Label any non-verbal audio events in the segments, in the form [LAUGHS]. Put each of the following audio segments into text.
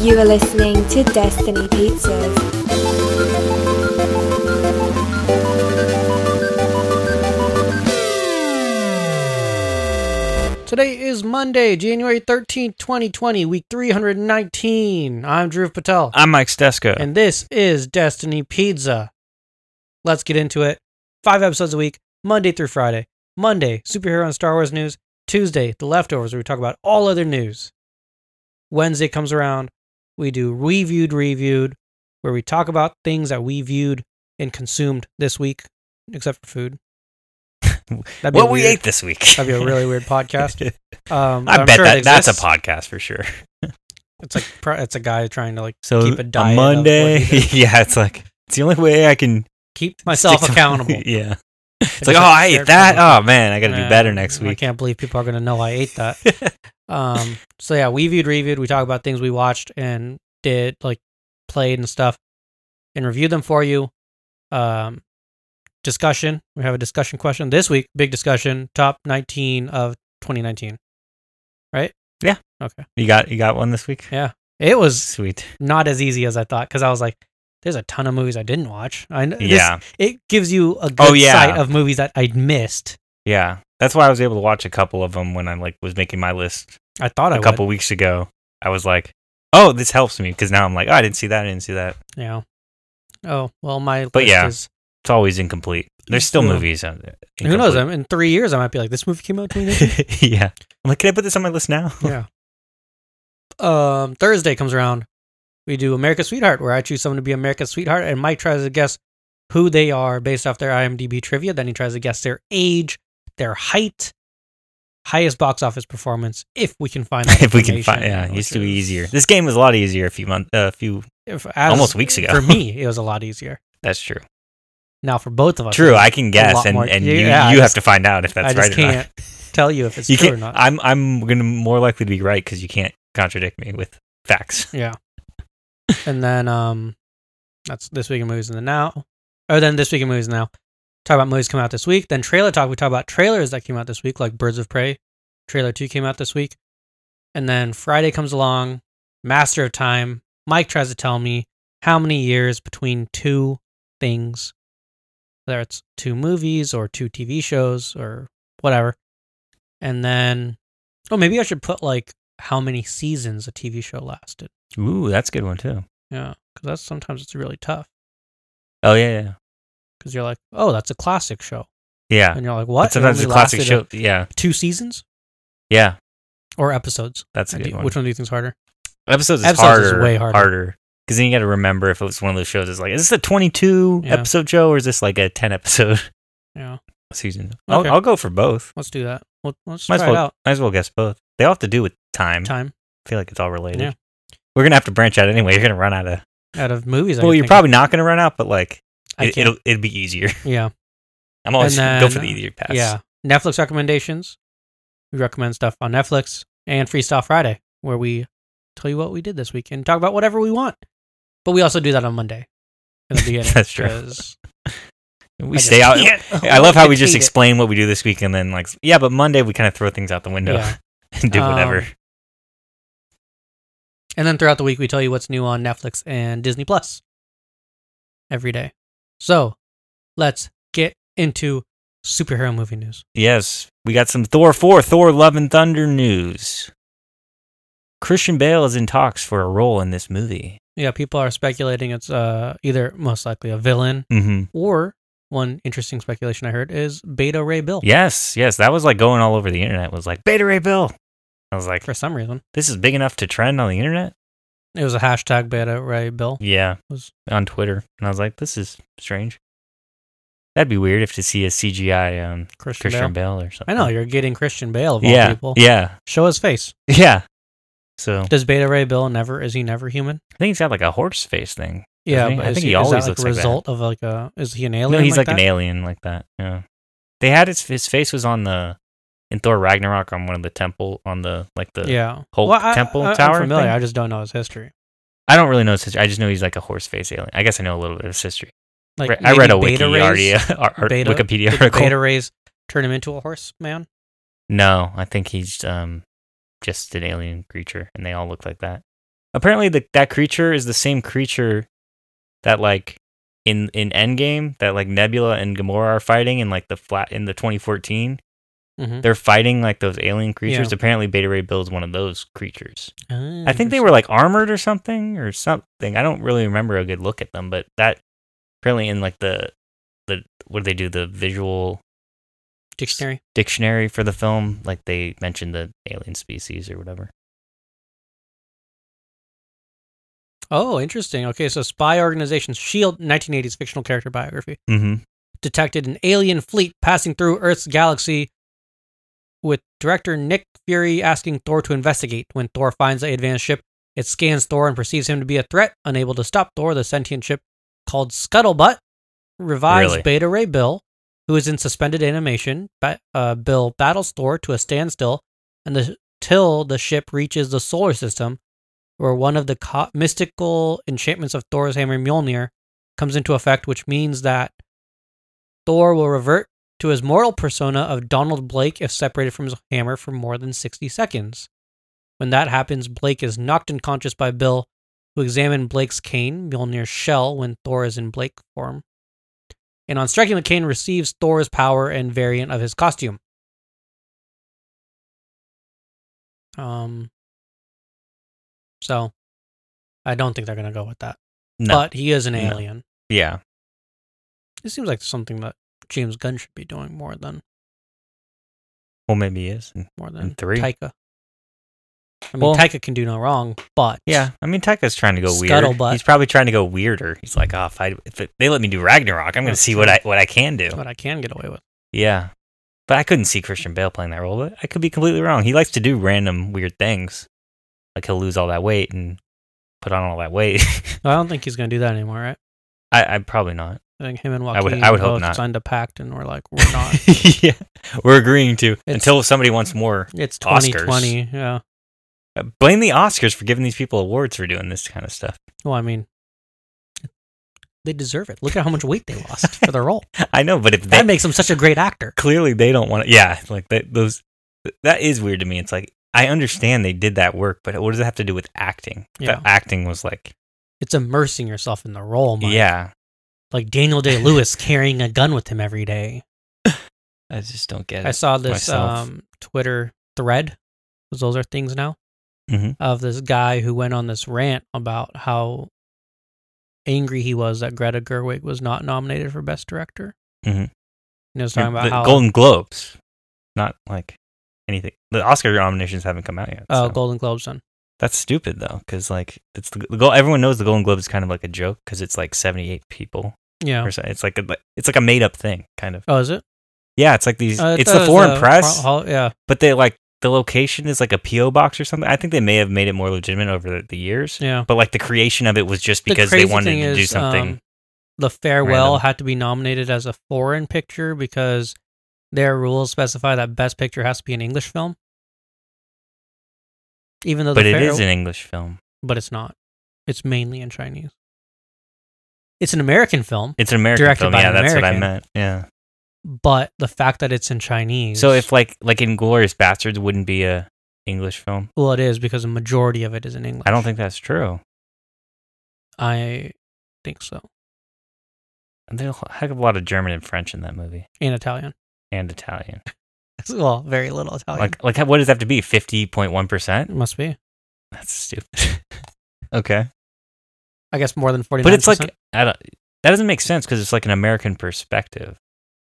You are listening to Destiny Pizzas. Today is Monday, January 13th, 2020, week 319. I'm Dhruv Patel, I'm Mike Steska. and this is Destiny Pizza. Let's get into it. Five episodes a week, Monday through Friday. Monday, superhero and Star Wars news. Tuesday, the leftovers, where we talk about all other news. Wednesday comes around, we do Reviewed Reviewed, where we talk about things that we viewed and consumed this week, except for food. [LAUGHS] That'd be what we weird. ate this week. That'd be a [LAUGHS] really weird podcast. Um, I but I'm bet sure it that that's a exists. podcast for sure. It's like pro- it's a guy trying to like So Keep a diet of what Monday, you did. [LAUGHS] yeah, it's like it's the only way I [LAUGHS] can keep myself stick to- accountable. yeah, [LAUGHS] it's just like oh, have I shared ate that. public- Oh man, I got to do Nah, better next I week. can't believe people are gonna know I ate that. um, [LAUGHS] so yeah, we viewed, reviewed. We talk about things we watched and did, like played and stuff, and review them for you. Um, discussion. We have a discussion question this week. Big discussion. Top nineteen of 2019. Right? Yeah. Okay. [LAUGHS] You got you got one this week. It was Sweet. not as easy as I thought because I was like, "There's a ton of movies I didn't watch." I kn- Uh, this- Yeah, it gives you a good Oh, yeah. sight of movies that I missed. yeah. That's why I was able to watch a couple of them when I like was making my list I thought I a would. couple weeks ago. I was like, oh, this helps me because now I'm like, oh, I didn't see that. I didn't see that. Yeah. Oh well, my But list yeah, is. It's always incomplete. There's still Yeah. movies out there. Who knows? incomplete. I'm, in three years, I might be like, "This movie came out in [LAUGHS] 2019." yeah. I'm like, can I put this on my list now? [LAUGHS] yeah. Um, Thursday comes around. We do America's Sweetheart, where I choose someone to be America's Sweetheart, and Mike tries to guess who they are based off their IMDb trivia. Then he tries to guess their age, their height, highest box office performance, if we can find. that [LAUGHS] if we can find, information, yeah, it which used to be is- easier. This game was a lot easier a few months, a few. if- as- Almost weeks ago. for me, it was a lot easier. That's true. Now for both of us, True, I can guess, lot and, more- and yeah, you, yeah, I you just- have to find out if that's I just right or can't not. tell you if it's You true can't. or not. I'm I'm gonna more likely to be right because you can't contradict me with facts. yeah. and then um, that's this week in movies and the now. Oh, then this week in movies and now. Talk about movies come out this week. Then trailer talk. We talk about trailers that came out this week, like Birds of Prey. Trailer two came out this week, and then Friday comes along. Master of Time. Mike tries to tell me how many years between two things, whether it's two movies or two TV shows or whatever. And then, oh, maybe I should put like how many seasons a TV show lasted. Ooh, that's a good one too. Yeah, because that's sometimes it's really tough Oh yeah, yeah, because you're like, oh, that's a classic show, yeah. and you're like, what? But sometimes It the only classic lasted, uh, show. Yeah, two seasons yeah. or episodes. That's a Do good you- one. Which one do you think's harder? Episodes is Episodes is harder. way harder. Because then you got to remember if it's one of those shows. It's like, is this a 22 Yeah. episode show or is this like a 10 episode [LAUGHS] Yeah, season? Okay. I'll, I'll go for both. let's do that. Well, let's Might as try well it out. Might as well guess both. They all have to do with time. Time I feel like it's all related. Yeah. We're gonna have to branch out anyway. You're gonna run out of. out of movies. I well, can think you're of. probably not gonna run out, but like I it, can't- it'll it'll be easier. [LAUGHS] yeah, I'm always And go for then, the easier pass. yeah. Netflix recommendations. We recommend stuff on Netflix and Freestyle Friday, where we tell you what we did this week and talk about whatever we want. But we also do that on Monday in [LAUGHS] the beginning. That's true. 'cause we I stay just out. hate it. I love [LAUGHS] how we Hate just it. explain what we do this week, and then like yeah, but Monday we kind of throw things out the window Yeah. [LAUGHS] and do whatever. Um, And then throughout the week, we tell you what's new on Netflix and Disney Plus every day. So let's get into superhero movie news. Yes, we got some Thor four, Thor Love and Thunder news. Christian Bale is in talks for a role in this movie. Yeah, people are speculating it's uh, either most likely a villain Mm-hmm. or one interesting speculation I heard is Beta Ray Bill. Yes, yes, that was like going all over the internet. It was like Beta Ray Bill. I was like, For some reason, this is big enough to trend on the internet. it was a hashtag Beta Ray Bill. Yeah, Was- on Twitter, and I was like, this is strange. That'd be weird if to see a CGI um, Christian, Christian Bale. Bale. or something. I know you're getting Christian Bale of yeah, all people. yeah, Show his face. yeah. So Does Beta Ray Bill never? Is he never human? I think he's got like a horse face thing. Yeah, Doesn't he? but I is think he is always that like looks a like that. result of like a is he an alien? no, he's like, that? an alien like that. Yeah, they had his his face was on the in Thor Ragnarok on one of the temple on the like the. yeah Hulk temple tower I'm familiar. thing? I just don't know his history. I don't really know his history. I just know he's like a horse face alien. I guess I know a little bit of his history. Like Re- I read maybe a wiki beta already, rays, [LAUGHS] ar- ar- Beta- Wikipedia did article. Beta rays turn him into a horse man. No, I think he's um just an alien creature, and they all look like that. Apparently, the, that creature is the same creature that like in in Endgame that like Nebula and Gamora are fighting in like the flat in the 2014. Mhm. They're fighting like those alien creatures. Yeah. Apparently, Beta Ray builds one of those creatures. Ah, I think they were like armored or something or something. I don't really remember a good look at them, but that apparently in like the the what do they do the visual dictionary. dictionary for the film like they mentioned the alien species or whatever. Oh, interesting. Okay, so spy organization Shield, 1980s fictional character biography, Mhm. detected an alien fleet passing through Earth's galaxy. With director Nick Fury asking Thor to investigate. When Thor finds the advanced ship, it scans Thor and perceives him to be a threat. Unable to stop Thor, the sentient ship called Scuttlebutt revives Really? Beta Ray Bill, who is in suspended animation. Ba- uh, Bill battles Thor to a standstill, and the till the ship reaches the solar system, where one of the co- mystical enchantments of Thor's hammer Mjolnir comes into effect, which means that Thor will revert to his mortal persona of Donald Blake if separated from his hammer for more than 60 seconds. When that happens, Blake is knocked unconscious by Bill, who examined Blake's cane, Mjolnir's shell, when Thor is in Blake form. And on striking the cane, receives Thor's power and variant of his costume. Um. So, I don't think they're gonna go with that. No. But he is an No. alien. yeah. It seems like something that James Gunn should be doing more than Well, maybe it is. more than And three. Taika. I mean, Well- Taika can do no wrong, but Yeah, I mean Taika's trying to go Scuttlebutt. weird. He's probably trying to go weirder. He's like, oh, if, I, if it, they let me do Ragnarok, I'm going to That's see true. what I what I can do. that's what I can get away with. Yeah, but I couldn't see Christian Bale playing that role. But I could be completely wrong. He likes to do random weird things, like he'll lose all that weight and put on all that weight. [LAUGHS] I don't think he's going to do that anymore, right? I, I [LAUGHS] probably not. I think him and Joaquin I would- I would hope both not. signed a pact, and we're like, we're [LAUGHS] not. yeah, we're agreeing to until somebody wants more. it's Oscars. 2020. Yeah. Uh, Blame the Oscars for giving these people awards for doing this kind of stuff. Well, I mean, they deserve it. Look at how much weight they lost for their role. I know, but if [LAUGHS] they That makes him such a great actor. clearly they don't want to. Yeah, like that, those. That is weird to me. It's like I understand they did that work, but what does it have to do with acting? Yeah. That acting was like, It's immersing yourself in the role, Mike. yeah, Like Daniel Day Lewis carrying a gun with him every day. I just don't get I saw this myself. um, Twitter thread, because those are things now, Mhm. of this guy who went on this rant about how angry he was that Greta Gerwig was not nominated for Best Director. Mhm. And he was talking about the how Golden Globes, not like anything. The Oscar nominations haven't come out yet. oh, so. Golden Globes then. that's stupid though, because like it's the, the goal. Everyone knows the Golden Globe is kind of like a joke because it's like seventy-eight people Yeah. or something. It's like a, it's like a made-up thing, kind of. Oh, is it? Yeah, it's like these. Uh, I it's thought it the was foreign press. hol- yeah. but they like the location is like a PO box or something. I think they may have made it more legitimate over the, the years. Yeah. But like the creation of it was just The because they crazy wanted thing to do is, something. um, the farewell random. had to be nominated as a foreign picture because their rules specify that best picture has to be an English film. Even though the but it Farewell- is an English film. but it's not. It's mainly in Chinese. It's an American film, It's an American Directed film. by Yeah, an that's what I American. meant. Yeah. but the fact that it's in Chinese. So if like like Inglorious Bastards wouldn't be a English film, well, it is because the majority of it is in English. I don't think that's true. I think so. There's a heck of a lot of German and French in that movie In [LAUGHS] Italian, and Italian. well, very little Italian. Like like what does that have to be? Fifty point one it percent. must be. That's stupid. [LAUGHS] okay. I guess more than forty. But it's like I don't, that doesn't make sense because it's like an American perspective.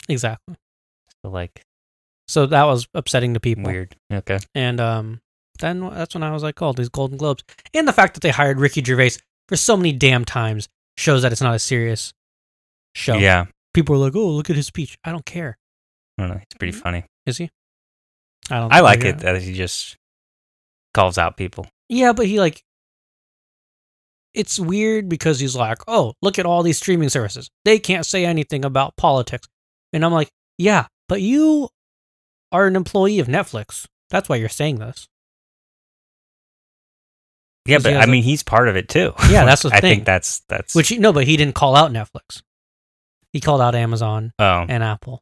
exactly. So like So that was upsetting to people. weird. Okay. And um, then that's when I was like, "Oh, these Golden Globes," and the fact that they hired Ricky Gervais for so many damn times shows that it's not a serious show. Yeah. People are like, "Oh, look at his speech." I don't care. I don't know. It's pretty funny. Is he? I don't. I think like I- it that he just calls out people. Yeah, but he like. It's weird because he's like, "Oh, look at all these streaming services. They can't say anything about politics," and I'm like, "Yeah, but you are an employee of Netflix. That's why you're saying [LAUGHS] this." Yeah, 'Cause but he I has a- mean, he's part of it too. Yeah, that's the [LAUGHS] I thing. think that's that's Which no, but he didn't call out Netflix. He called out Amazon oh and Apple,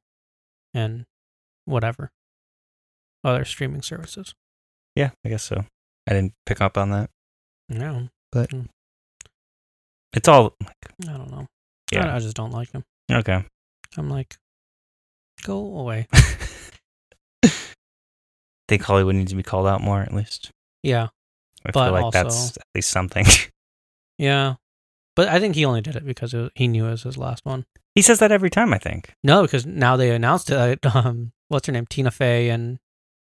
and whatever other streaming services. yeah, I guess so. I didn't pick up on that. No, But- Mm, It's all I don't know. Yeah. I, I just don't like him. okay. I'm like, go away. think Hollywood needs to be called out more, at least. Yeah, I But feel like also- that's at least something. [LAUGHS] yeah. But I think he only did it because it, he knew it was his last one. he says that every time, I think. No, because now they announced it. [LAUGHS] uh, Um, what's her name? Tina Fey and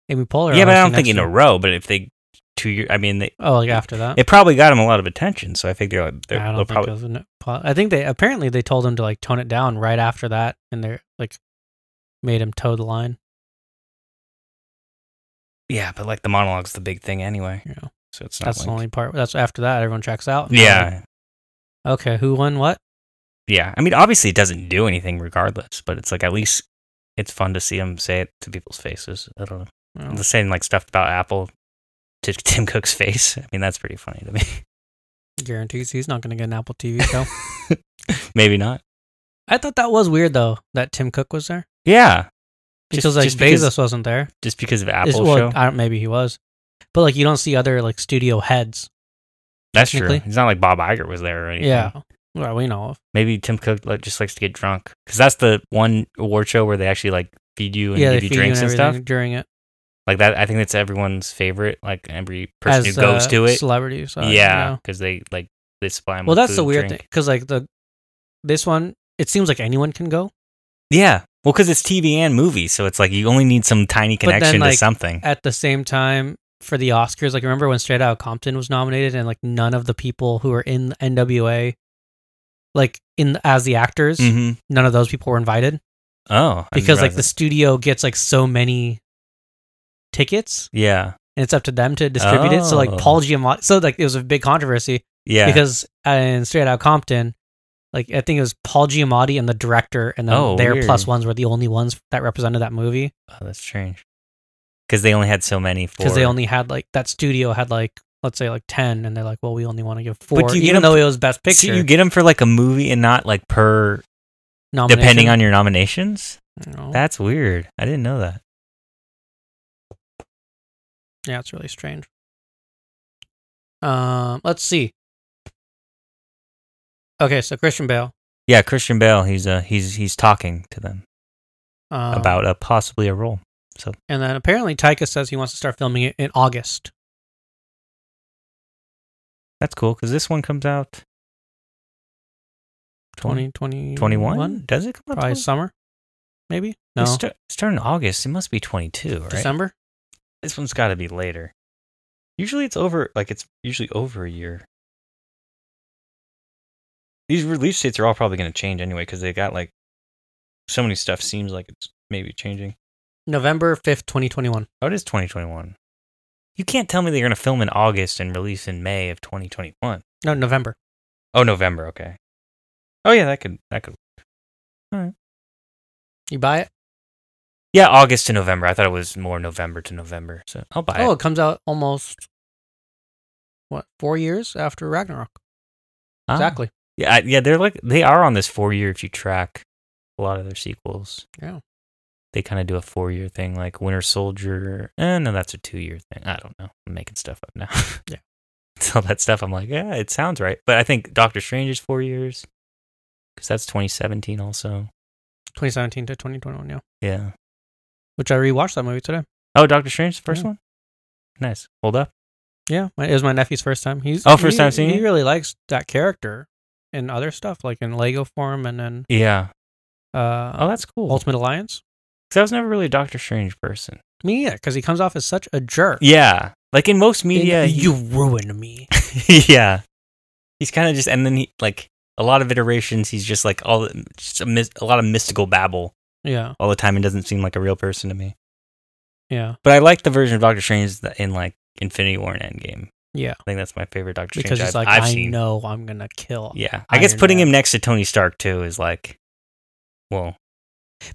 Amy Poehler. are yeah, but I hosting don't think next in a year. row. But if they two year, I mean, they, Oh, like after that. it probably got him a lot of attention. So I think they're like, they're, I don't they'll think probably it was an- po- I think they apparently they told him to like tone it down right after that, and they're like made him toe the line. yeah. But like the monologue's the big thing anyway. You know, So it's not that's like, the only part. That's after that everyone checks out. and they're yeah, like, okay, who won what? yeah. I mean, obviously it doesn't do anything regardless, but it's like at least it's fun to see him say it to people's faces. I don't know. I don't know. The same like stuff about Apple to [LAUGHS] Tim Cook's face. I mean, that's pretty funny to me. [LAUGHS] Guarantees he's not going to get an Apple TV show. [LAUGHS] Maybe not. I thought that was weird though that Tim Cook was there Yeah, Just- because like just Bezos because- wasn't there. just because of It's- Apple well, show. I don't, maybe he was, but like you don't see other like studio heads. That's true. technically. It's not like Bob Iger was there or anything. Yeah, well, we know of. Maybe Tim Cook like, just likes to get drunk because that's the one award show where they actually like feed you and yeah, give you feed drinks and, everything stuff. during it. Like that, I think that's everyone's favorite. Like every person as, who goes uh, to it, celebrities. so, yeah, because they like they supply. 'em Well, with that's the food, weird drink. thing because like the this one, it seems like anyone can go. Yeah, well, because it's TV and movie, so it's like you only need some tiny But then, connection like, to something. At the same time, for the Oscars, like remember when Straight Outta Compton was nominated, and like none of the people who were in the NWA, like in as the actors, hmm none of those people were invited Oh, I didn't because like realize the that. studio gets like so many tickets, yeah, and it's up to them to distribute it. So like Oh. Paul Giamatti, so like it was a big controversy yeah, because uh, in Straight Out Compton, like I think it was Paul Giamatti and the director, and then Oh, their weird. plus ones were the only ones that represented that movie oh, that's strange. Because they only had so many for. because they only had like that studio had like let's say like ten, and they're like, well, we only want to give four, But you get even them- though it was Best Picture. So you get them for like a movie and not like per nomination. Oh. depending on your nominations. No. That's weird. I didn't know that. yeah, it's really strange. Um, let's see. Okay, so Christian Bale Yeah, Christian Bale. He's uh he's he's talking to them um, about uh, possibly a role. and then apparently Taika says he wants to start filming it in August. That's cool because this one comes out 20, 2021? 21? Does it come out? Probably 20? summer, maybe. No, It's, sta- it's starting in August. It must be twenty two, right? December. This one's got to be later. Usually it's over. Like it's usually over a year. These release dates are all probably going to change anyway because they got like so many stuff. Seems like it's maybe changing. November 5th, 2021. Oh, it is 2021. You can't tell me they're going to film in August and release in May of 2021. No, November. Oh, November. Okay. Oh yeah, that could that could. You buy it? Yeah, August to November. I thought it was more November to November. So I'll buy oh, it. it comes out almost, what, four years after Ragnarok? Ah. Exactly. Yeah, I- yeah. They're like they are on this four year. If you track a lot of their sequels, Yeah. they kind of do a four year thing, like Winter Soldier. Eh, no, that's a two year thing. I don't know. I'm making stuff up now. [LAUGHS] Yeah. So that stuff, I'm like, yeah, it sounds right. But I think Doctor Strange is four years because that's 2017 also. 2017 to 2021, yeah. Yeah. Which I rewatched that movie today. Oh, Doctor Strange, the first Yeah. one. Nice. Hold up. Yeah, my, it was my nephew's first time. He's Oh, first he- time seeing He it? really likes that character and other stuff, like in Lego form and then Yeah. Oh, uh, that's cool. Ultimate Alliance. Because I was never really a Doctor Strange person. Me either, because he comes off as such a jerk. Yeah. Like in most media, And he- you ruined me. [LAUGHS] yeah. He's kind of just, and then he like a lot of iterations. He's just like all just a, mys- a lot of mystical babble yeah, all the time, and doesn't seem like a real person to me. yeah, But I like the version of Doctor Strange that in like Infinity War and Endgame. yeah. I think that's my favorite Doctor Because Strange he's like, I've, I've I seen. know I'm gonna kill. Yeah, I guess Iron putting Man. him next to Tony Stark too is like, well,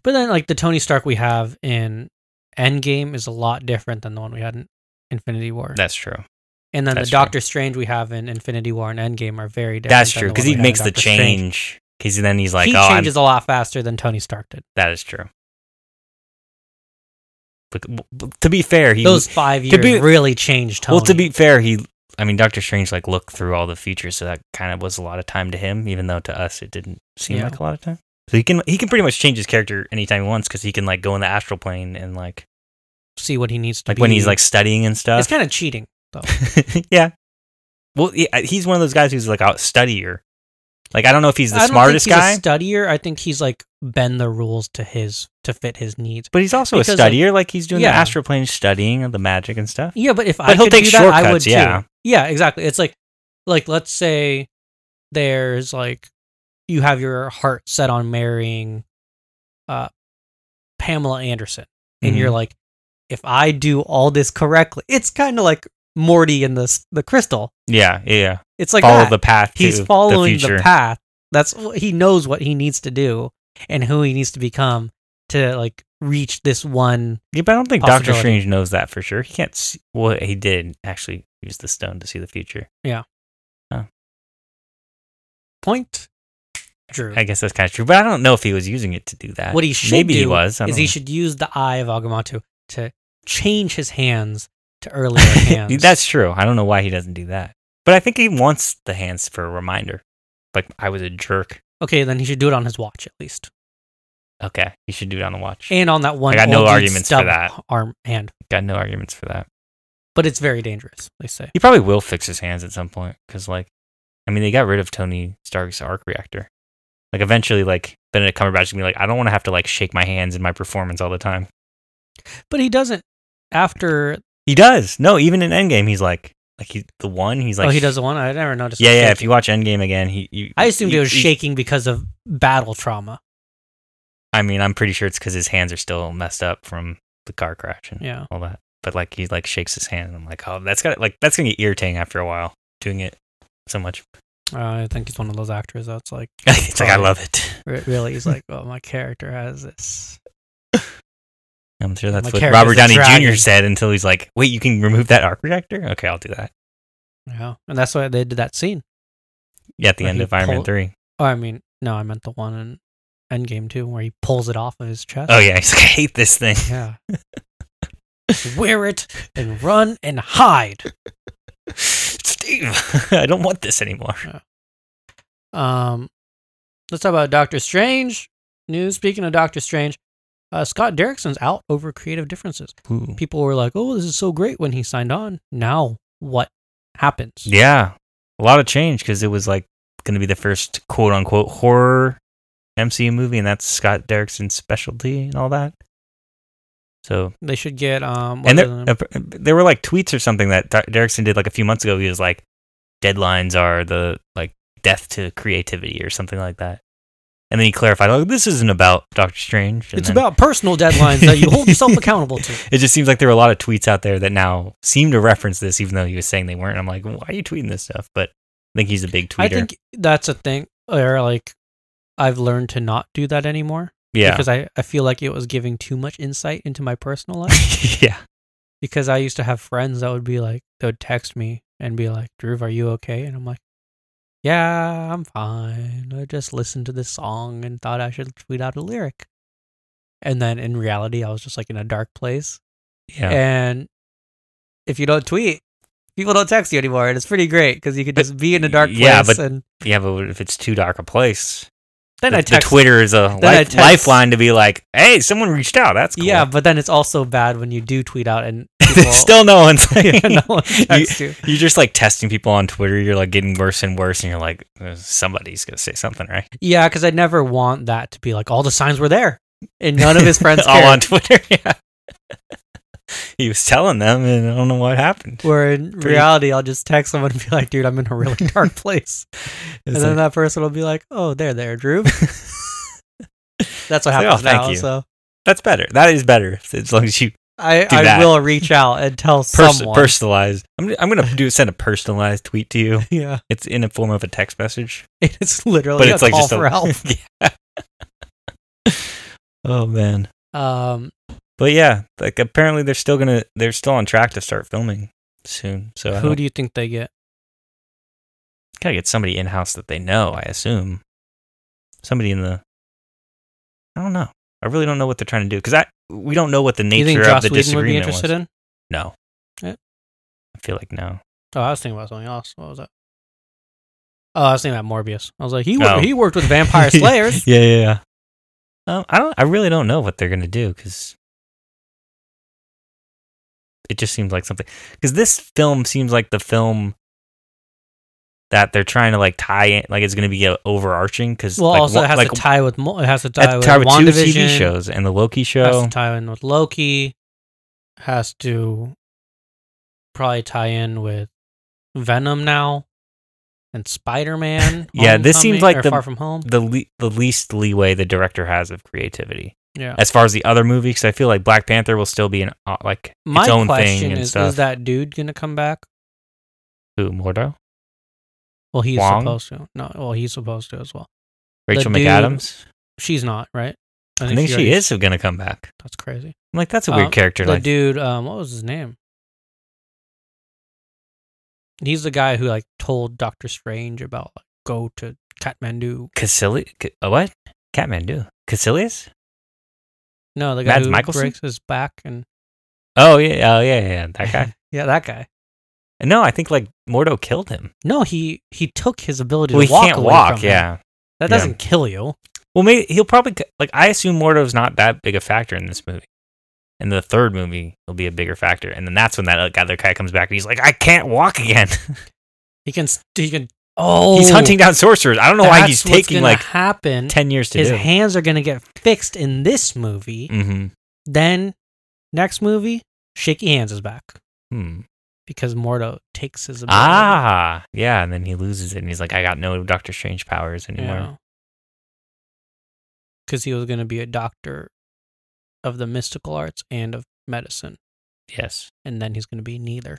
But then, like the Tony Stark we have in Endgame is a lot different than the one we had in Infinity War. that's true. and then the that's true. Doctor Strange we have in Infinity War and Endgame are very different. That's than true the because one he we had in makes the Doctor Strange. change. Because then he's like, he oh, I'm, changes a lot faster than Tony Stark did. that is true. But, but to be fair, he Those five to years be- really changed Tony. well, to be fair, he I mean, Doctor Strange like looked through all the features, so that kind of was a lot of time to him, even though to us it didn't seem Yeah. like a lot of time. So he can he can pretty much change his character anytime he wants because he can like go in the astral plane and like See what he needs to like be. when he's like studying and it's stuff. kind of cheating though. [LAUGHS] yeah. Well, yeah, he's one of those guys who's like a studier. Like I don't know if he's I the don't smartest think guy, he's A studier. I think he's like bend the rules to his to fit his needs. but he's also because, a like- studier. Like, he's doing Yeah. the astral plane, studying of the magic and stuff. Yeah, but if I But he'll could take do that, I would shortcuts, yeah. too. Yeah, exactly. It's like like let's say there's like you have your heart set on marrying uh Pamela Anderson and Mm-hmm. you're like if I do all this correctly, it's kind of like Morty in the s- the crystal. Mm-hmm. Yeah, yeah. It's like Follow that. the path. he's to following the, the, future. path. That's wh- he knows what he needs to do and who he needs to become to like reach this one. Yeah, but I don't think Doctor possibility. Strange knows that for sure. He can't see. Well, he did actually use the stone to see the future. Point, Drew. I guess that's kind of true. But I don't know if he was using it to do that. What he should Maybe he do was. I is don't he know. should use the eye of Agamotto to change his hands to [LAUGHS] earlier hands. That's true. I don't know why he doesn't do that. But I think he wants the hands for a reminder. Like I was a jerk. okay. Then he should do it on his watch at least, Okay, he should do it on the watch. and on that one. I got no old dude's arguments for stub that. arm hand, Got no arguments for that. but it's very dangerous. They say He probably will fix his hands at some point because, like, I mean, they got rid of Tony Stark's arc reactor. Like, eventually, like Benedict Cumberbatch is gonna be like, I don't want to have to like shake my hands in my performance all the time. but he doesn't. After He does. No, even in Endgame, he's like, like he, the one. He's like, oh, he does the one I never noticed. Yeah, him yeah. If shaking. you watch Endgame again, he. You, I assumed you- it was you- shaking because of battle trauma. I mean, I'm pretty sure it's because his hands are still messed up from the car crash and Yeah. all that. But like, he like shakes his hand, and I'm like, oh, that's got like that's gonna get irritating after a while doing it so much. [LAUGHS] Uh, I think he's one of those actors that's like it's like I Sorry. love it. re- really. He's like, oh, my character has this. I'm sure that's My what character's Robert a Downey Jr. dragon. said until he's like, wait, you can remove that arc reactor? Okay, I'll do that. Yeah, and that's why they did that scene. Yeah, at the Or end he of Iron Man pull- three. Oh, I mean, no, I meant the one in Endgame too, where he pulls it off of his chest. Oh yeah, [LAUGHS] he's like, I hate this thing. Yeah. [LAUGHS] Wear it and run and hide. Steve, [LAUGHS] I don't want this anymore. Um, let's talk about Doctor Strange news. Speaking of Doctor Strange, uh, Scott Derrickson's out over creative differences. Ooh. People were like, "Oh, this is so great" when he signed on. Now what happens? Yeah, a lot of change because it was like going to be the first quote unquote horror MCU movie, and that's Scott Derrickson's specialty and all that. So, They should get um. and what's there, his name? uh, there were like tweets or something that Der- Derrickson did like a few months ago. He was like, "Deadlines are the like death to creativity" or something like that. And then he clarified, "Oh, this isn't about Doctor Strange." And it's then- about personal deadlines that you hold yourself accountable [LAUGHS] to. It just seems like there were a lot of tweets out there that now seem to reference this, even though he was saying they weren't. I'm like, why are you tweeting this stuff? But I think he's a big tweeter. I think that's a thing, or like I've learned to not do that anymore yeah. because I, I feel like it was giving too much insight into my personal [LAUGHS] life. yeah. because I used to have friends that would be like, they would text me and be like, Drew, are you okay? And I'm like, yeah, I'm fine. I just listened to this song and thought I should tweet out a lyric. And then in reality, I was just like in a dark place. Yeah. And if you don't tweet, people don't text you anymore. And it's pretty great because you could just be in a dark place. yeah, but and yeah, but if it's too dark a place, then the, I the text. Twitter is a I life, text- lifeline to be like, hey, someone reached out. That's cool. Yeah, but then it's also bad when you do tweet out and people, [LAUGHS] There's still no one's like, [LAUGHS] [LAUGHS] yeah, no one texts you. You're just like testing people on Twitter. You're like getting worse and worse, and you're like, "Uh, somebody's gonna say something, right? Yeah, because I never want that to be like all the signs were there and none [LAUGHS] of his friends all cared. on Twitter. [LAUGHS] Yeah, [LAUGHS] he was telling them, and I don't know what happened. Where [LAUGHS] in Pretty- reality, I'll just text someone and be like, "Dude, I'm in a really [LAUGHS] dark place," and It's then like- that person will be like, "Oh, there, there, [LAUGHS] Drew." That's what like, happens "Oh, thank now. you." So That's better. That is better as long as you I, Do I that. will reach out and tell pers- someone. personalize. I'm, [LAUGHS] I'm gonna do send a personalized tweet to you. yeah, It's in the form of a text message, [LAUGHS] it's literally but a it's like call just for a [LAUGHS] help. yeah. oh man, Um, but yeah, like apparently they're still gonna they're still on track to start filming soon. So I who don't- do you think they get? gotta get somebody in house that they know. I assume somebody in the. I don't know. I really don't know what they're trying to do because I we don't know what the Do you nature think Joss Whedon of the would be disagreement was. interested in? No. Yeah. I feel like no. Oh, I was thinking about something else. What was that? Oh, I was thinking about Morbius. I was like, he wor- Oh. he worked with [LAUGHS] Vampire Slayers. yeah, yeah, yeah. Um, I don't. I really don't know what they're gonna do because it just seems like something. Because this film seems like the film that they're trying to like tie in. Like it's gonna be uh, overarching. Because Well, like, also one- it has like, to tie with Mo- it has to at tie with tie with two TV WandaVision. shows and the Loki Has show. to tie in with Loki. Has to probably tie in with Venom now and Spider Man. Yeah, this seems like the- Far From Home. the le- the least leeway the director has of creativity Yeah. as far as the other movies. Because I feel like Black Panther will still be an uh, like My its own thing question and is: stuff. Is that dude gonna come back? Who Mordo? Well, he's Wong? supposed to. No, well, he's supposed to as well. Rachel dude- McAdams? She's not, right? I think she already- is going to come back. That's crazy. I'm like, that's a Um, weird character. the Like, dude, um, what was his name? He's the guy who like told Doctor Strange about like go to Kathmandu. Cassili- Ca- uh, what? Catmandu. Cassilius? No, the guy Mads who Mikkelsen? breaks his back and Oh yeah, oh yeah, yeah, yeah, [LAUGHS] that guy. yeah, that guy. no, I think like Mordo killed him. No, he he took his ability Well, he to walk. can't away walk. from him. Yeah. that yeah. doesn't kill you. Well, maybe he'll probably c- like. I assume Mordo's not that big a factor in this movie. In the third movie, he'll be a bigger factor, and then that's when that like, other guy comes back and he's like, "I can't walk again." [LAUGHS] He can st- he can. Oh, he's hunting down sorcerers. I don't know why that's he's what's taking gonna like happen. ten years to His do. hands are gonna get fixed in this movie. mm-hmm. Then next movie, shaky hands is back Hmm. because Mordo takes his ability. Ah, yeah, and then he loses it, and he's like, "I got no Doctor Strange powers anymore." Because he was going to be a doctor of the mystical arts and of medicine, Yes, and then he's going to be neither.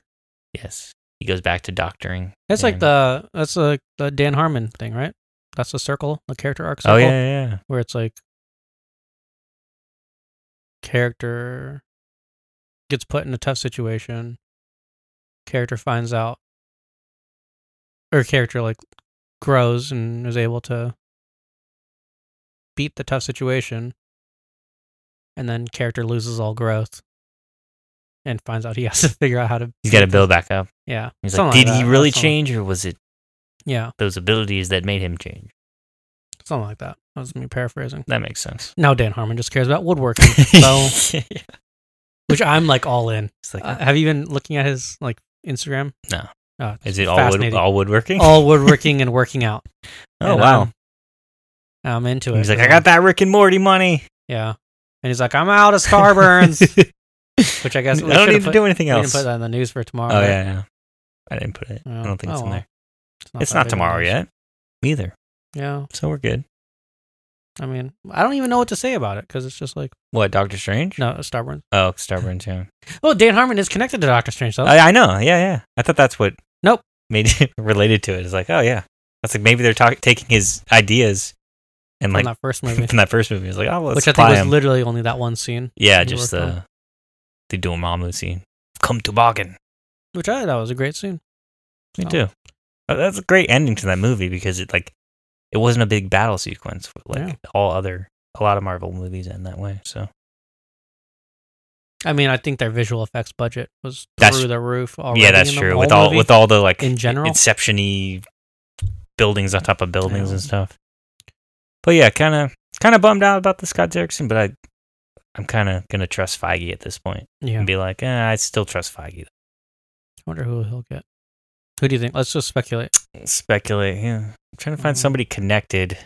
yes, he goes back to doctoring. That's like and- the that's like the Dan Harmon thing, right? That's the circle, the character arc circle, oh yeah, yeah, yeah. where it's like character gets put in a tough situation, character finds out, or character like grows and is able to beat the tough situation, and then character loses all growth and finds out he has to [LAUGHS] figure out how to. he's got to build back up. Yeah, He's something like, "Did he that. really That's something- change, or was it Yeah, those abilities that made him change?" something like that. That was me paraphrasing. That makes sense. Now Dan Harmon just cares about [LAUGHS] woodworking, so it's which I'm like all in. like, Uh, have you been looking at his like Instagram? No. Oh, it's is it all wood, fascinating. Oh, all woodworking? [LAUGHS] [LAUGHS] all woodworking and working out. oh And wow! I'm, I'm into it. he's like, "I got that Rick and [LAUGHS] Morty money." Yeah, and he's like, I'm out of [LAUGHS] Starburns, which I I guess we don't should've need to put, do anything we didn't else. put that in the news for tomorrow. oh right? yeah, yeah. I didn't put it. I Yeah. don't think Oh, it's in well. there. It's that not big of a tomorrow news. yet, either. Yeah, So we're good. I mean, I don't even know what to say about it because it's just like What Doctor Strange? no Starburns. Oh, Starburns. Yeah. Oh, Dan Harmon is connected to Doctor Strange though. I, I know. Yeah, yeah. I thought that's what. Oh. Nope. Made it [LAUGHS] related to it. It's like, oh yeah, that's like maybe they're talk- taking his ideas and from like that first movie, [LAUGHS] from that first movie. It's like, oh, well, which let's I think was him. literally only that one scene, yeah, we just worked on. the the Dormammu scene. Come to bargain. which I thought was a great scene. Me So- too. Uh, That's a great ending to that movie because it like it wasn't a big battle sequence like Yeah. all other a lot of Marvel movies end that way. So I mean, I think their visual effects budget was That's- through the roof already. yeah, that's in the true. whole With all movie. with all the like in general. inception-y buildings on top of buildings Yeah. and stuff. But yeah, kind of kind of bummed out about the Scott Derrickson, but I I'm kind of gonna trust Feige at this point yeah, and be like, eh, I still trust Feige. I wonder who he'll get. Who do you think? Let's just speculate. Speculate. Yeah, I'm trying to find Mhm. somebody connected,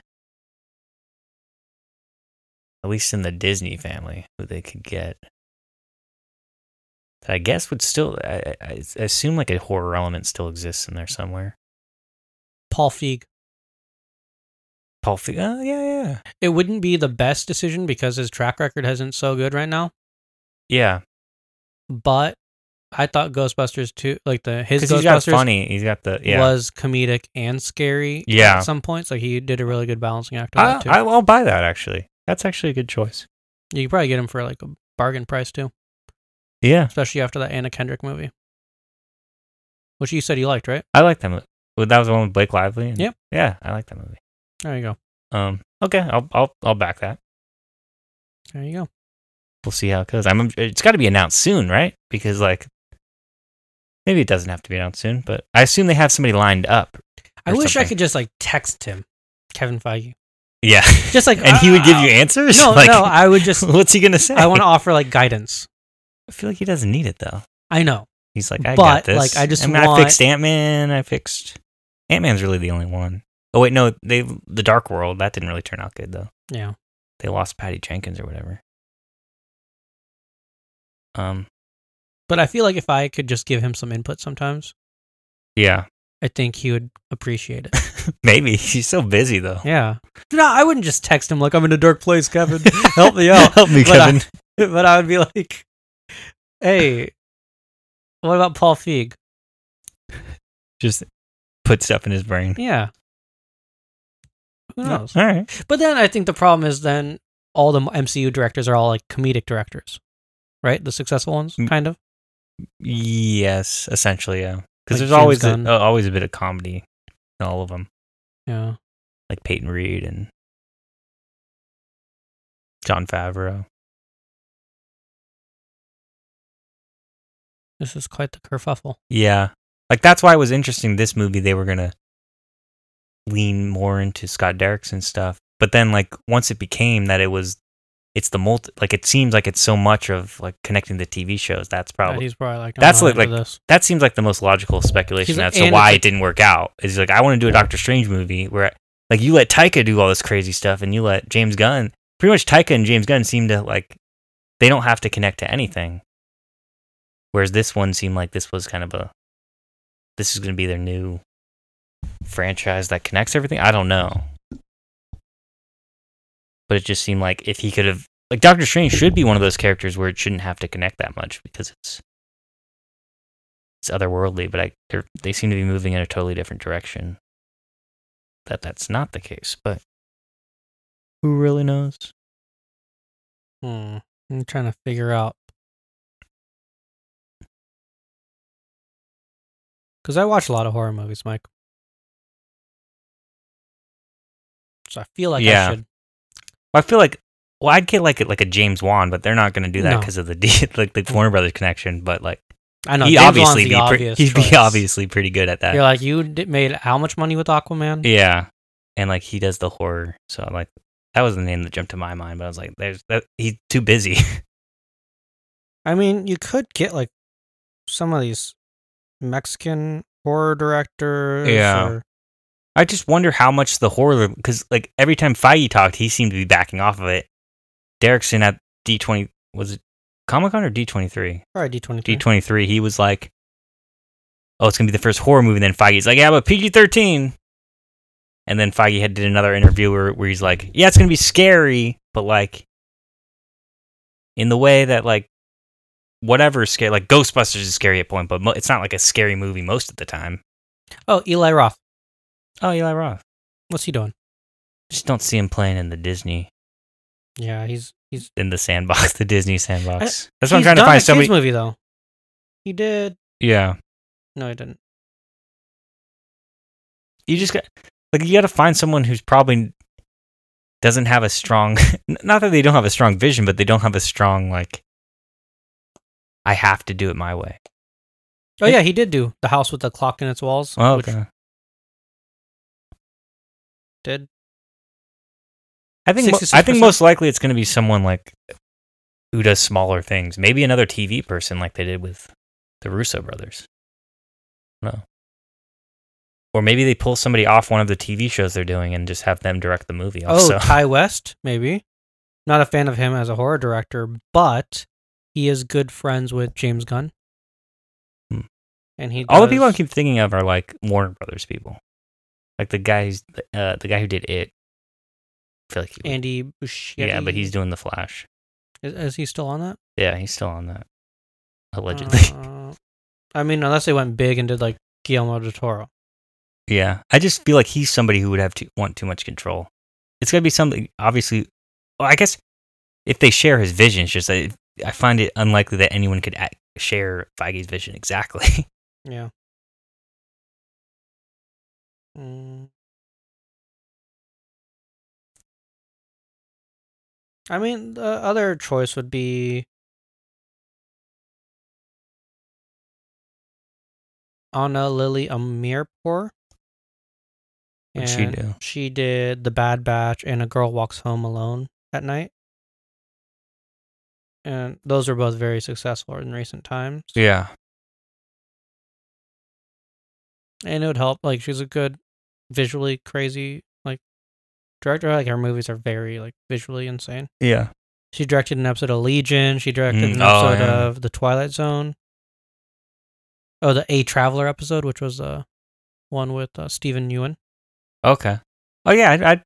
at least in the Disney family, who they could get. That I guess would still. I, I, I assume like a horror element still exists in there somewhere. Paul Feig. Paul Feig. Oh yeah, yeah, It wouldn't be the best decision because his track record isn't so good right now. yeah. But I thought Ghostbusters too, like the his Because he's got Ghostbusters funny. He's got the yeah. was comedic and scary. Yeah. at some points, like he did a really good balancing act. Of I, that too. I, I'll buy that actually. That's actually a good choice. you could probably get him for like a bargain price too, Yeah, especially after that Anna Kendrick movie, which you said you liked, right? I like that movie. Well, that was the one with Blake Lively. and- Yep. Yeah, I like that movie. There you go. Um. Okay, I'll I'll I'll back that. There you go. We'll see how it goes. I'm. It's got to be announced soon, right? Because like Maybe it doesn't have to be announced soon, but I assume they have somebody lined up. I or wish I something. could just like text him, Kevin Feige. Yeah. [LAUGHS] Just like and he would give uh, you [LAUGHS] answers? No, like, no, I would [LAUGHS] just. what's he going to say? I want to offer like guidance. I feel like he doesn't need it, though. I know. He's like, I But, got this. like, I just I, mean, want- I fixed Ant Man. I fixed Ant Man's really the only one. Oh wait, no, they the Dark World that didn't really turn out good though. Yeah. They lost Patty Jenkins or whatever. Um. But I feel like if I could just give him some input sometimes, Yeah. [LAUGHS] I think he would appreciate it. Maybe he's so [LAUGHS] busy though. [LAUGHS] Yeah. No, I wouldn't just text him like I'm in a dark place, Kevin. [LAUGHS] Help me out. [LAUGHS] Help me, But I- Kevin. but I would be like, "Hey, what about Paul Feig? [LAUGHS] Just put stuff in his brain. Yeah. Who knows? All right. But then I think the problem is then all the MCU directors are all like comedic directors, right? The successful ones, Mm. kind of. Yes, essentially, yeah. Like Because there's James always a, Gunn. uh, always a bit of comedy in all of them, Yeah. like Peyton Reed and John Favreau. This is quite the kerfuffle. Yeah. Like that's why it was interesting this movie they were gonna lean more into Scott Derrickson stuff. But then like once it became that it was it's the multi like it seems like it's so much of like connecting the TV shows, that's That probably he's probably like, I'm That's not like- into this. that seems like the most logical speculation He's like, as to and why it's- it didn't work out. Is like I want to do a Doctor Strange movie where like you let Taika do all this crazy stuff and you let James Gunn pretty much Taika and James Gunn seem to like they don't have to connect to anything. Whereas this one seemed like this was kind of a this is going to be their new franchise that connects everything. I don't know. But it just seemed like if he could have like Doctor Strange should be one of those characters where it shouldn't have to connect that much because it's it's otherworldly, but I they're- they seem to be moving in a totally different direction. That that's not the case, but who really knows? Hmm. I'm trying to figure out. Because I watch a lot of horror movies, Mike. So I feel like I Yeah. should. Well, I feel like well, I'd get like a- like a James Wan, but they're not going to do that No. because of the D, [LAUGHS] like the Warner Brothers connection. But like I know. he James obviously Wan's be the obvious pre- he'd choice. be obviously pretty good at that. You're like, you did, made how much money with Aquaman? yeah, and like he does the horror, so like that was the name that jumped to my mind. But I was like, there's that, he's too busy. I mean, you could get like some of these Mexican horror directors. Yeah. or- I just wonder how much the horror because like every time Feige talked, he seemed to be backing off of it. Derrickson at D twenty was it Comic Con or D twenty three? or D23. D twenty three. He was like, "Oh, it's gonna be the first horror movie." And then Feige's like, "Yeah, but PG thirteen. And then Feige had did another interview where, where he's like, "Yeah, it's gonna be scary, but like in the way that like whatever is scary, like Ghostbusters is scary at point, but mo- it's not like a scary movie most of the time." Oh, Eli Roth. Oh, Eli Roth. What's he doing? Just don't see him playing in the Disney Yeah, he's he's. in the sandbox, [LAUGHS] the Disney sandbox. That's what I'm he's trying to done a find. kids Somebody. movie though. He did. Yeah, No, he didn't. you just got like you got to find someone who's probably doesn't have a strong. [LAUGHS] Not that they don't have a strong vision, but they don't have a strong like. I have to do it my way. Oh It- yeah, he did do the house with the clock in its walls, Well, which okay. did. I think mo- I think 66%? most likely it's going to be someone like who does smaller things. Maybe another TV person like they did with the Russo brothers. No. Or maybe they pull somebody off one of the TV shows they're doing and just have them direct the movie also. Oh, Ty West, maybe. Not a fan of him as a horror director, but he is good friends with James Gunn. Hmm. And he [LAUGHS] All the people I does- keep thinking of are like Warner Brothers people. Like the guys uh, the guy who did it. I feel like he would- Andy Buscemi. Yeah, but he's doing the Flash. is, is he still on that? Yeah, he's still on that. Allegedly. Uh, I mean, unless they went big and did like Guillermo del Toro. Yeah, I just feel like he's somebody who would have to want too much control. It's got to be something. Obviously, well, I guess if they share his vision, it's just I, I find it unlikely that anyone could act, share Feige's vision exactly. [LAUGHS] Yeah. Mm. I mean, the other choice would be Anna Lily Amirpour. What'd she And do? She did The Bad Batch and A Girl Walks Home Alone at Night. And those were both very successful in recent times. Yeah. And it would help. Like she's a good visually crazy like director. Like her movies are very like visually insane. Yeah. She directed an episode of Legion. She directed Mm, an oh, episode yeah. of The Twilight Zone. Oh, the A Traveler episode, which was uh, one with uh, Stephen Ewan. Okay. Oh yeah, I'd, I'd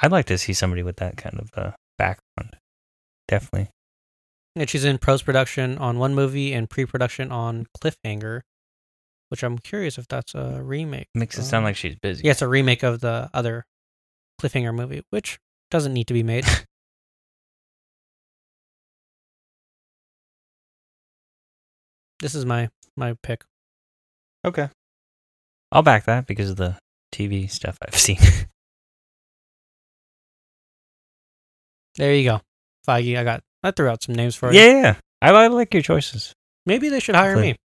I'd like to see somebody with that kind of uh, background. Definitely. And she's in post production on one movie and pre production on Cliffhanger, which I'm curious if that's a remake. Makes it Um, sound like she's busy. Yeah, it's a remake of the other Cliffhanger movie, which doesn't need to be [LAUGHS] made. this is my my pick. Okay. I'll back that because of the TV stuff I've [LAUGHS] seen. There you go, Feige. I got. I threw out some names for you. yeah, yeah. yeah. I, I like your choices. [LAUGHS] Maybe they should hire Cliff. me.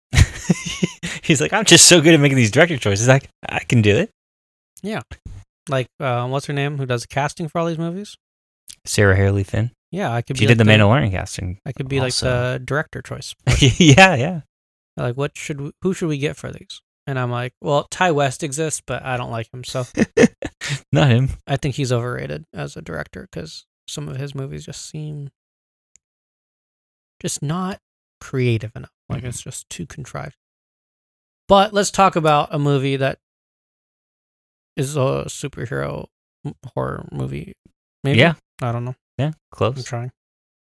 He's like, I'm just so good at making these director choices. I I can do it. Like, uh, what's her name? Who does the casting for all these movies? Sarah Harley Finn. Yeah, I could. She be did like the Mandalorian casting. [LAUGHS] I could be also. like the director choice. yeah, yeah. [LAUGHS] Like, what should we, who should we get for these? And I'm like, well, Ty West exists, but I don't like him, so Not him. I think he's overrated as a director because some of his movies just seem just not creative enough. Like Mhm. it's just too contrived. But let's talk about a movie that is a superhero m- horror movie. Maybe Yeah. I don't know. Yeah, I'm close. trying.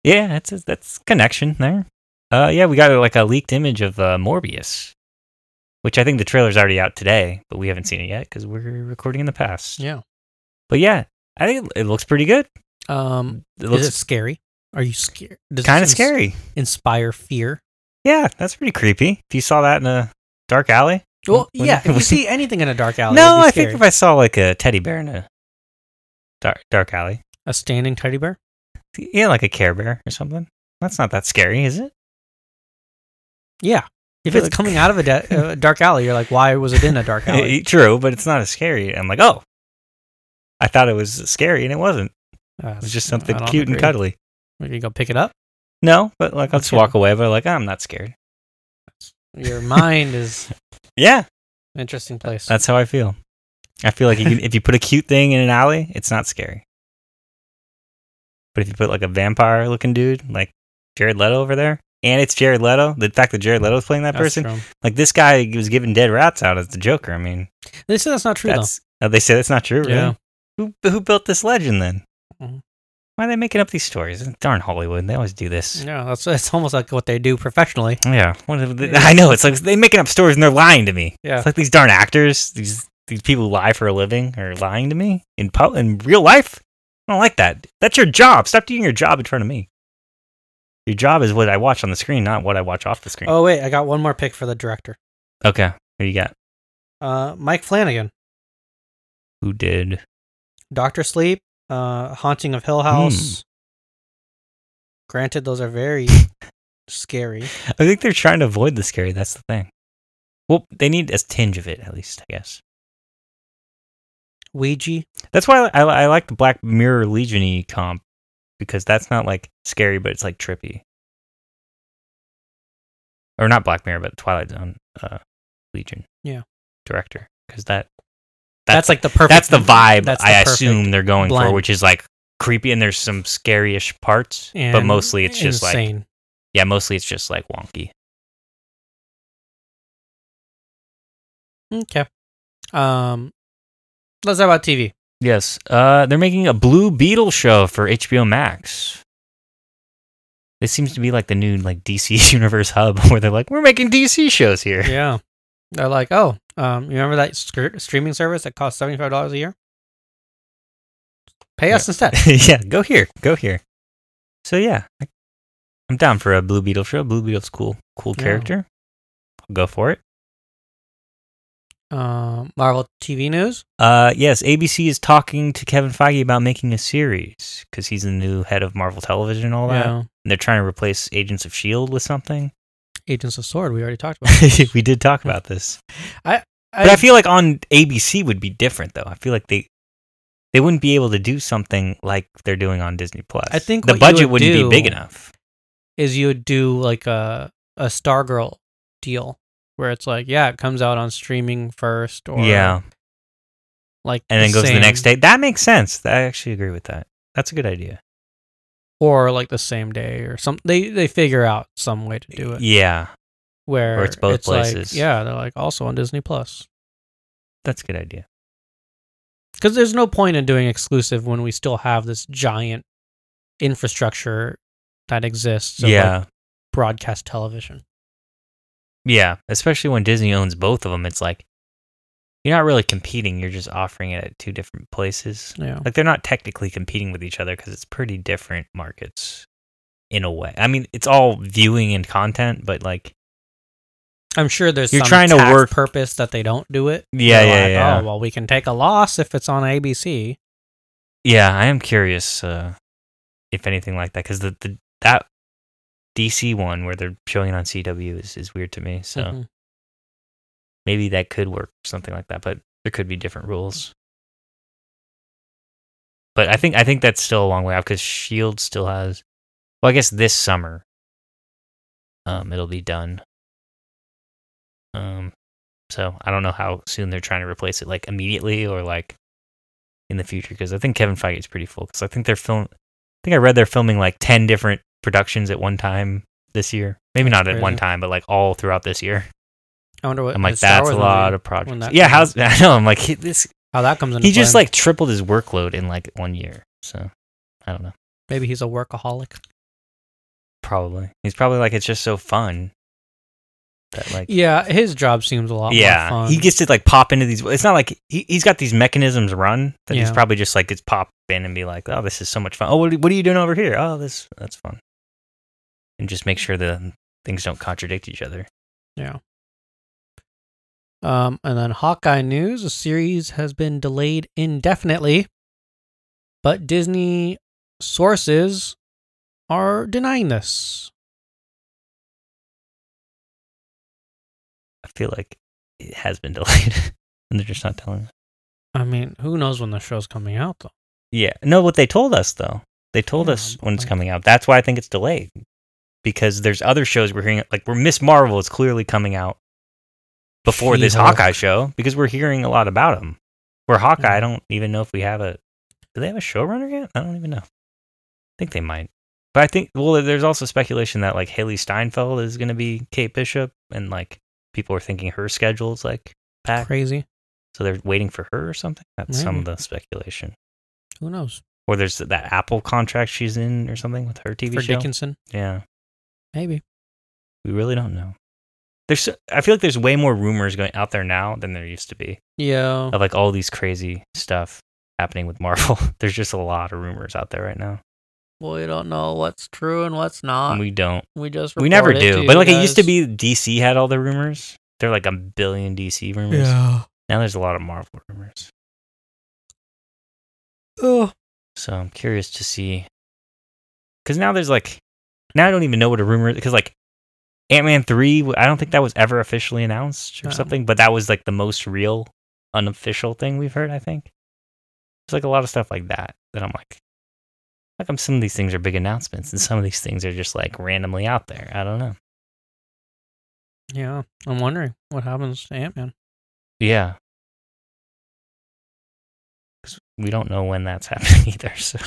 Yeah, that's a, that's connection there. Uh, yeah, we got uh, like a leaked image of uh, Morbius, which I think the trailer's already out today, but we haven't seen it yet because we're recording in the past. Yeah. But yeah, I think it, it looks pretty good. Um, It is it looks scary? Are you scared? Does it kind of ins- scary. Inspire fear? Yeah, that's pretty creepy. If you saw that in a dark alley. Well, [LAUGHS] Wouldn't- yeah. If you wouldn't- see anything in a dark alley, no, it'd be I think scary. if I saw like a teddy bear in a dark dark alley, a standing teddy bear. yeah, like a Care Bear or something. That's not that scary, is [LAUGHS] it? Yeah. If feel it's like- coming out of a [LAUGHS] de- uh, dark alley, you're like, why was it in a dark alley? Eh, True, but it's not as scary. I'm like, oh, I thought it was scary, and it wasn't. Uh, It was just I something don't cute and agree. cuddly. Are you go pick it up? No, but like I'll just Okay. walk away. But like I'm not scared. Your mind is Yeah, an interesting place. that's how I feel. I feel like you [LAUGHS] can, if you put a cute thing in an alley, it's not scary. But if you put like a vampire looking dude, like Jared Leto over there, and it's Jared Leto, the fact that Jared Leto's playing that That's person, true. like this guy was giving dead rats out as the Joker. I mean, They say that's not true, that's oh, they say that's not true. though. Really? Yeah. Who who built this legend then? Mhm. Why are they making up these stories? Darn Hollywood, they always do this. Yeah, that's, that's almost like what they do [LAUGHS] professionally. Yeah, what if they- I know. It's like they making up stories and they're lying to me. Yeah. it's like these darn actors, these these people who lie for a living are lying to me in pub in real life. I don't like that. That's your job. Stop doing your job in front of me. Your job is what I watch on the screen, not what I watch off the screen. Oh, wait, I got one more pick for the director. Okay, who you got? Uh, Mike Flanagan, Who did? Doctor Sleep, uh, Haunting of Hmm. Hill House. Granted, those are [LAUGHS] very scary. I think they're trying to avoid the scary. That's the thing. Well, they need a tinge of it at least, I guess. Ouija. That's why I, I like the Black Mirror Legion comp because that's not like scary, but it's like trippy. Or not Black Mirror, but Twilight Zone uh, Legion. Yeah. Director, because that That's, like the perfect. that's the vibe that's the I perfect assume they're going for, blend. which is like creepy and there's some scary-ish parts, but and mostly it's just like insane. yeah, mostly it's just like wonky. Okay. Um, let's talk about [LAUGHS] TV. Yes, uh, they're making a Blue Beetle show for HBO Max. This seems to be like the new like DC [LAUGHS] Universe hub where they're like, we're making DC shows here. Yeah, they're like, oh, um, you remember that sc- streaming service that costs seventy five dollars a year? Pay us [LAUGHS] instead. [LAUGHS] yeah, go here, go here. So yeah, I- I'm down for a Blue Beetle show. Blue Beetle's cool, cool Yeah. character. I'll go for it. Um, Marvel TV news. Uh, yes, ABC is talking to Kevin Feige about making a series because he's the new head of Marvel Television and all that. Yeah. E And they're trying to replace Agents of Shield with something. [LAUGHS] Agents of Sword. We already talked about. it. we did talk about this, but I- I feel like on ABC would be different though. I feel like they they wouldn't be able to do something like they're doing on Disney Plus. I think the what you budget would wouldn't do- be big enough. is you would do like a a Stargirl deal where it's like, yeah, it comes out on streaming first, or yeah, like and then the goes the same- next day. That makes sense. I actually agree with that. That's a good idea. or like the same day or some. They they figure out some way to do it Yeah, where it's both like- places. yeah, they're like also on Disney Plus that's a good idea. because there's no point in doing exclusive when we still have this giant infrastructure that exists. Of yeah, like, broadcast television. yeah. Especially when Disney owns both of them, it's like you're not really competing. You're just offering it at two different places. Yeah. like they're not technically competing with each other because it's pretty different markets in a way i mean it's all viewing and content but like I'm sure there's You're some trying to tax work- purpose that they don't do it. Yeah, They're yeah, like, yeah. Oh well, we can take a loss if it's on ABC. yeah i am curious uh if anything like that because the, the that dc one where they're showing it on cw is, is weird to me so Mhm. maybe that could work something like that but there could be different rules but i think i think that's still a long way out because shield E still has well i guess this summer um it'll be done um so i don't know how soon they're trying to replace it like immediately or like in the future because i think kevin feige's pretty full because i think they're film i think i read they're filming like 10 different productions at one time this year maybe not at one crazy. time but like all throughout this year I wonder what I'm like, the Star that's Wars a movie- lot when of projects. that Yeah, comes how's [LAUGHS] I know. I'm like, he, this. how that comes into He just play. like tripled his workload in like one year. So I don't know. maybe he's a workaholic. Probably he's probably like it's just so fun that like Yeah, his job seems a lot yeah more fun. he gets to like pop into these. It's not like he he's got these mechanisms run that he's Yeah. probably just like it's pop in and be like, oh, this is so much fun. Oh, what are, what are you doing over here? Oh, this that's fun. And just make sure the things don't contradict each other. yeah. Um, and then Hawkeye news: the series has been delayed indefinitely, but Disney sources are denying this. I feel like it has been delayed, [LAUGHS] and they're just not telling. us. I mean, who knows when the show's coming out though? Yeah. No, what they told us though. They told Yeah, us but, when it's like- coming out. That's why I think it's delayed. Because there's other shows we're hearing like where Miss Marvel is clearly coming out before this She-Hulk. Hawkeye show because we're hearing a lot about him. Where Hawkeye, Yeah. I don't even know if we have a do they have a showrunner yet? I don't even know. I think they might. But I think well there's also speculation that like Haley Steinfeld is gonna be Kate Bishop and like people are thinking her schedule's like packed. Crazy. So they're waiting for her or something. That's some of the speculation Who knows? or there's that Apple contract she's in or something with her TV For show. Dickinson, Yeah, maybe. we really don't know. There's, so- I feel like there's way more rumors going out there now than there used to be Yeah. of like all these crazy stuff happening with Marvel. [LAUGHS] there's just a lot of rumors out there right now. we don't know what's true and what's not. And we don't, We just we never report it Uh, to do. you But like it used to guys. be, DC had all the rumors. There are like a billion DC rumors. Yeah. Now there's a lot of Marvel rumors. Oh. So I'm curious to see. Because now there's like, now I don't even know what a rumor is. Because like, Ant Man 3, w- I don't think that was ever officially announced or No. something, but that was like the most real, unofficial thing we've heard, I think. There's like a lot of stuff like that that I'm like, how come some of these things are big announcements and some of these things are just like randomly out there? I don't know. Yeah. I'm wondering what happens to Ant Man. Yeah. 'Cause we don't know when that's [LAUGHS] happening either. So,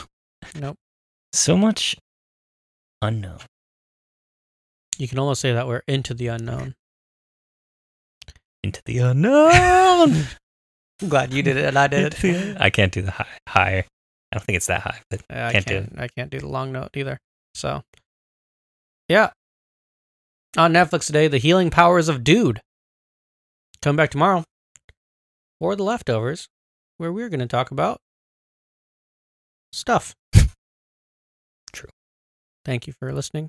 Nope. so much unknown. You can almost say that we're into the unknown. into the unknown. I'm glad you did it and I [LAUGHS] Into- [LAUGHS] I can't do the high, high. I don't think it's that high, but I Can't can't, do I can't do the long note either. So Yeah. On Netflix today, The Healing Powers of Dude. Come back tomorrow. Or the leftovers, where we're gonna talk about stuff. True. Thank you for listening.